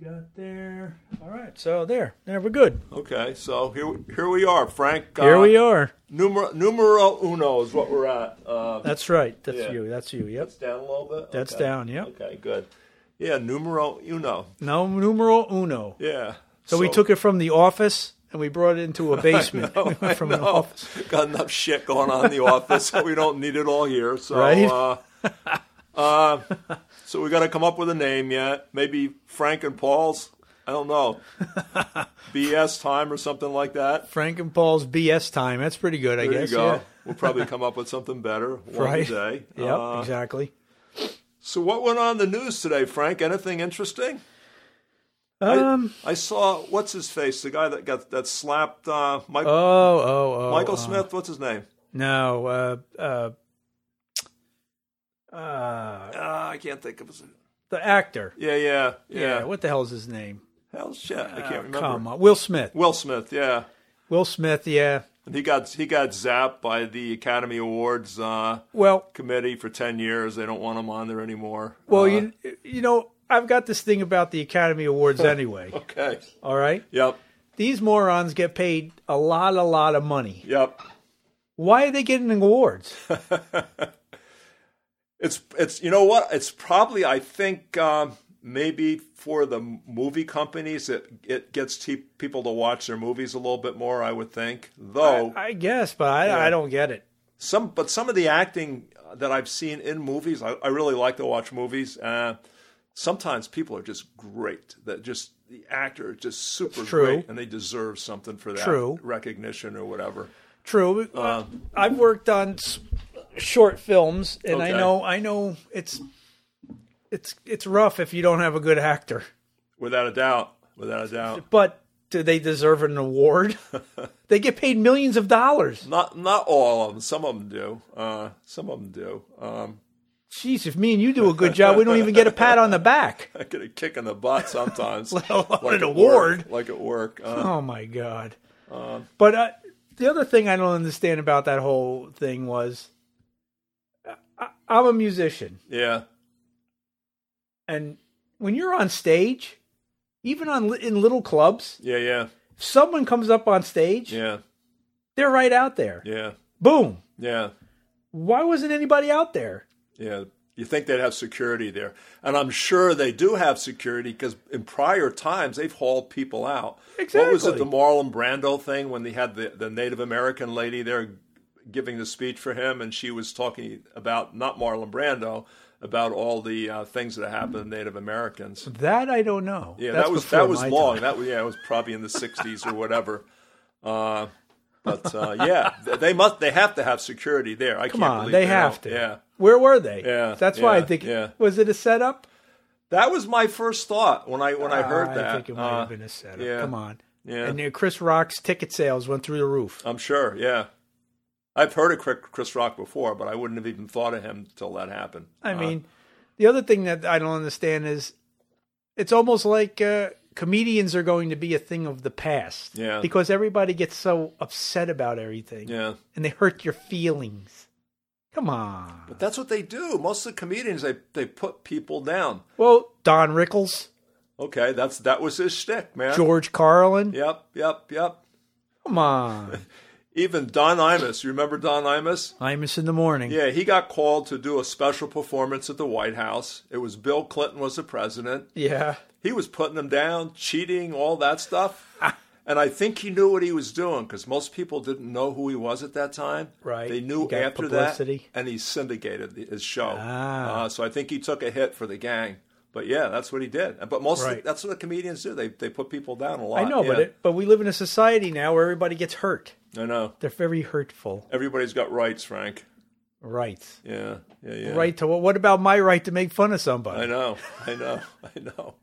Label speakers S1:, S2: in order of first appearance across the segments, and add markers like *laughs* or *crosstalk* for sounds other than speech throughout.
S1: that there. All right, so there, there, we're good.
S2: Okay, so here here we are, Frank. uh,
S1: Here we are.
S2: Numero, numero uno is what we're at. Uh,
S1: That's right. That's
S2: Yeah.
S1: you. That's you. Yep.
S2: that's down a little bit.
S1: That's
S2: Okay.
S1: down, yep.
S2: Okay, good. Yeah, numero uno.
S1: No numero uno.
S2: Yeah.
S1: So, we
S2: *laughs*
S1: took it from the office and we brought it *laughs* into a basement We went from an
S2: Oh,
S1: office.
S2: got enough shit going on in the office, so we don't need it all here. So,
S1: Right.
S2: uh, *laughs* uh, so we got to come up with a name yet. Maybe Frank and Paul's. I
S1: *laughs*
S2: don't know. BS time or something like that.
S1: Frank and Paul's BS time. That's pretty good, I
S2: There
S1: guess.
S2: you go.
S1: Yeah.
S2: We'll probably come up with
S1: *laughs*
S2: something better one
S1: Right.
S2: day.
S1: Yep.
S2: Uh,
S1: exactly.
S2: So what went on in the news today, Frank? Anything interesting?
S1: Um.
S2: I saw what's his face, the guy that got that slapped uh, Mike,
S1: Oh. Oh. Oh.
S2: Michael
S1: uh,
S2: Smith. What's his name?
S1: No. Uh. Uh. Uh,
S2: Uh, I can't think of his.
S1: the actor.
S2: Yeah, yeah,
S1: Yeah.
S2: yeah.
S1: What the hell is his name?
S2: Hell shit, I can't remember.
S1: Come on. Will Smith.
S2: Will Smith, yeah,
S1: Will Smith. Yeah.
S2: and he got he got zapped by the Academy Awards uh,
S1: Well,
S2: committee for ten years. They don't want him on there anymore.
S1: Well,
S2: Uh,
S1: you you know, I've got this thing about the Academy *laughs* Awards anyway.
S2: okay?
S1: all right,
S2: Yep,
S1: these morons get paid a lot, a lot of money.
S2: yep.
S1: Why are they getting awards?
S2: It's it's you know what? It's probably I think um, maybe for the movie companies it it gets te- people to watch their movies a little bit more. I would think though
S1: I guess, but I, I don't get it.
S2: some but some of the acting that I've seen in movies I, I really like to watch movies. Uh, sometimes people are just great. That just the actor is just super
S1: True.
S2: great and they deserve something for that
S1: True.
S2: recognition or whatever.
S1: True. I've worked on s- short films, and I
S2: Okay.
S1: know, I know it's it's it's rough if you don't have a good actor.
S2: Without a doubt. Without a
S1: *laughs*
S2: doubt.
S1: But do they deserve an award? they get paid millions of dollars.
S2: Not not all of them. Some of them do. Uh, some of them do. Um,
S1: Jeez, if me and you do a good job, we don't even get a pat on the back.
S2: I get a kick in the butt sometimes. Let
S1: alone an
S2: at work-
S1: award.
S2: like at work. Uh,
S1: Oh my god! but uh, the other thing I don't understand about that whole thing was, uh, I, I'm a musician,
S2: yeah.
S1: and when you're on stage, even on li- in little clubs,
S2: Yeah, yeah.
S1: if someone comes up on stage,
S2: Yeah.
S1: they're right out there.
S2: Yeah.
S1: Boom!
S2: Yeah.
S1: Why wasn't anybody out there?
S2: Yeah. You think they'd have security there. And I'm sure they do have security because in prior times they've hauled people out. What was it,
S1: Exactly.
S2: the Marlon Brando thing when they had the, the Native American lady there giving the speech for him and she was talking about not Marlon Brando, about all the uh, things that happened to Native Americans.
S1: That I don't know.
S2: Yeah,
S1: That's
S2: that was
S1: before
S2: that was
S1: my
S2: long.
S1: time.
S2: That was yeah, it was probably in the '60s or whatever. Uh, but uh, yeah, th- they must they have to have security there. I
S1: Come
S2: can't
S1: on,
S2: believe
S1: they
S2: don't.
S1: have to.
S2: Yeah,
S1: Where were they?
S2: Yeah,
S1: That's why I
S2: yeah,
S1: think
S2: yeah.
S1: was it a setup?
S2: that was my first thought when I when I heard
S1: Ah, I
S2: that.
S1: think it might
S2: Uh,
S1: have been a setup.
S2: yeah.
S1: Come on.
S2: Yeah. Uh,
S1: And uh, Chris Rock's ticket sales went through the roof.
S2: I'm sure. Yeah, I've heard of Chris- Chris Rock before, but I wouldn't have even thought of him till that happened. Uh,
S1: I mean, the other thing that I don't understand is it's almost like uh, comedians are going to be a thing of the past.
S2: Yeah.
S1: Because everybody gets so upset about everything
S2: yeah.
S1: and they hurt your feelings. Come on.
S2: But that's what they do. Most of the comedians they they put people down.
S1: Well, Don Rickles,
S2: Okay, that's that was his shtick, man.
S1: George Carlin.
S2: Yep, yep, yep.
S1: Come
S2: *laughs*
S1: on.
S2: Even Don Imus, you remember Don Imus?
S1: Imus in the morning.
S2: Yeah, he got called to do a special performance at the White House. It was Bill Clinton was the president.
S1: Yeah.
S2: He was putting them down, cheating, all
S1: *laughs*
S2: that stuff. And I think he knew what he was doing because most people didn't know who he was at that time.
S1: Right.
S2: They knew
S1: He got
S2: after
S1: publicity.
S2: that, and he syndicated the- his show.
S1: Ah.
S2: Uh, so I think he took a hit for the gang. But yeah, that's what he did. But most
S1: Right.
S2: that's what the comedians do. They they put people down a lot.
S1: I know, but
S2: Uh, Yeah.
S1: it, but we live in a society now where everybody gets hurt.
S2: I know
S1: They're very hurtful.
S2: everybody's got rights, Frank.
S1: Rights.
S2: Yeah, yeah, yeah.
S1: right to what about my right to make fun of somebody
S2: I know, I know, I know.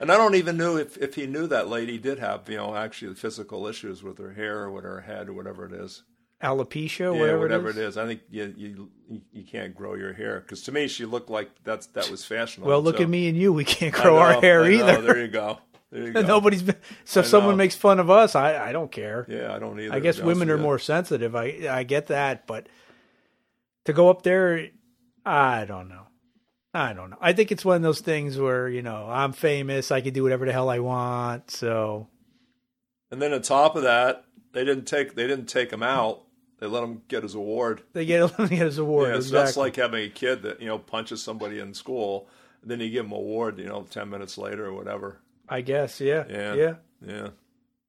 S2: And I don't even know if, if he knew that lady did have, you know, actually physical issues with her hair or with her head or whatever it is.
S1: alopecia
S2: Yeah,
S1: whatever,
S2: whatever
S1: it is,
S2: it is. I think you you you can't grow your hair because to me she looked like that's that was fashionable.
S1: well look
S2: so-
S1: at me and you we can't
S2: I
S1: grow
S2: know,
S1: our hair
S2: I know,
S1: either
S2: There you go.
S1: *laughs*
S2: There you go.
S1: nobody's been, so if someone makes fun of us i i don't care
S2: yeah, I don't either.
S1: i guess
S2: to be honest
S1: women are
S2: with you.
S1: more sensitive i i get that but to go up there i don't know I don't know. I think it's one of those things where you know I'm famous. I can do whatever the hell I want. So
S2: And then on top of that, they didn't take they didn't take him out. They let him get his award.
S1: they get *laughs* they get his award.
S2: Yeah, so
S1: exactly.
S2: that's like having a kid that you know punches somebody in school, and then you give him a award. You know, ten minutes later or whatever.
S1: I guess. Yeah.
S2: Yeah.
S1: Yeah.
S2: Yeah,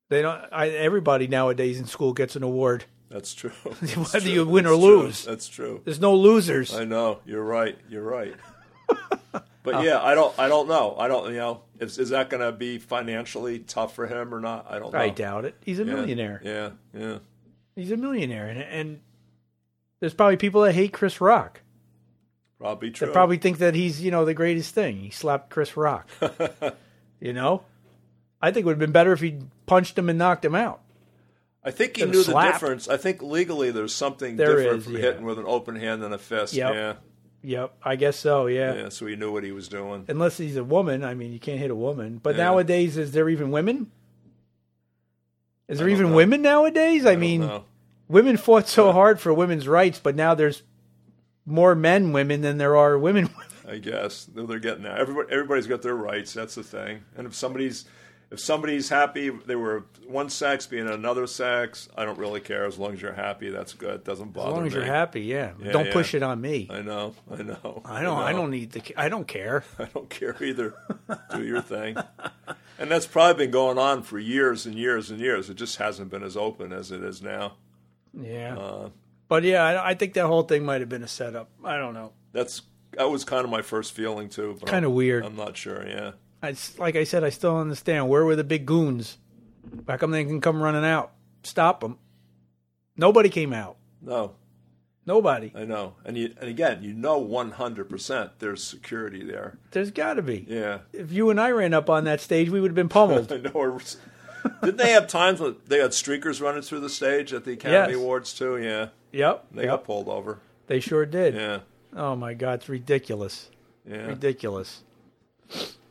S1: They don't. I, everybody nowadays in school gets an award.
S2: that's true.
S1: *laughs* Whether
S2: That's
S1: you
S2: true.
S1: win
S2: That's
S1: or
S2: true.
S1: lose.
S2: that's true.
S1: There's no losers.
S2: I know. You're right.
S1: *laughs*
S2: You're right.
S1: Oh.
S2: But yeah, I don't. I don't know. I don't. You know, is, is that going to be financially tough for him or not? I don't know.
S1: I doubt it. He's a
S2: Yeah.
S1: millionaire.
S2: Yeah, yeah.
S1: He's a millionaire, and, and there's probably people that hate Chris Rock.
S2: Probably
S1: That
S2: true.
S1: probably think that he's you know the greatest thing. He slapped Chris
S2: *laughs*
S1: Rock. you know, I think it would have been better if he punched him and knocked him out.
S2: I think he
S1: Could've
S2: knew the
S1: slapped.
S2: difference. I think legally there's something
S1: There
S2: different
S1: is,
S2: from
S1: yeah.
S2: hitting with an open hand than a fist.
S1: Yep.
S2: Yeah,
S1: Yep, I guess so. Yeah.
S2: yeah. So he knew what he was doing.
S1: Unless he's a woman, I mean, you can't hit a woman. But
S2: Yeah.
S1: nowadays, is there even women? Is there
S2: don't
S1: even
S2: know.
S1: women nowadays? I,
S2: I
S1: mean,
S2: don't know.
S1: women fought so hard for women's rights, but now there's more men women than there are women.
S2: I guess No, they're getting that. Everybody, everybody's got their rights. That's the thing. And if somebody's if somebody's happy, they were one sex being another sex. I don't really care as long as you're happy. That's good. doesn't bother
S1: as long as
S2: me.
S1: you're happy, yeah. don't
S2: yeah.
S1: push it on me.
S2: I know. I know.
S1: I don't. I don't need the. I don't
S2: *laughs*
S1: care.
S2: I don't care either. Do your thing. And that's probably been going on for years and years and years. It just hasn't been as open as it is now.
S1: Yeah.
S2: Uh.
S1: but yeah, I, I think that whole thing might have been a setup. I don't know.
S2: That's that was kind of my first feeling too. but I'm-
S1: Kinda weird.
S2: I'm not sure. Yeah,
S1: I s like I said, I still don't understand. Where were the big goons? How come they can come running out? Stop them. Nobody came out.
S2: no,
S1: Nobody.
S2: I know. And you, and again, you know, 100 percent there's security there.
S1: There's got to be.
S2: Yeah,
S1: If you and I ran up on that stage, we would have been pummeled.
S2: *laughs* I know. Or- Didn't they have times when they had streakers running through the stage at the Academy
S1: Yes.
S2: Awards too? Yeah,
S1: yep.
S2: they got pulled over.
S1: They sure did.
S2: Yeah,
S1: Oh my God, it's ridiculous.
S2: yeah.
S1: Ridiculous.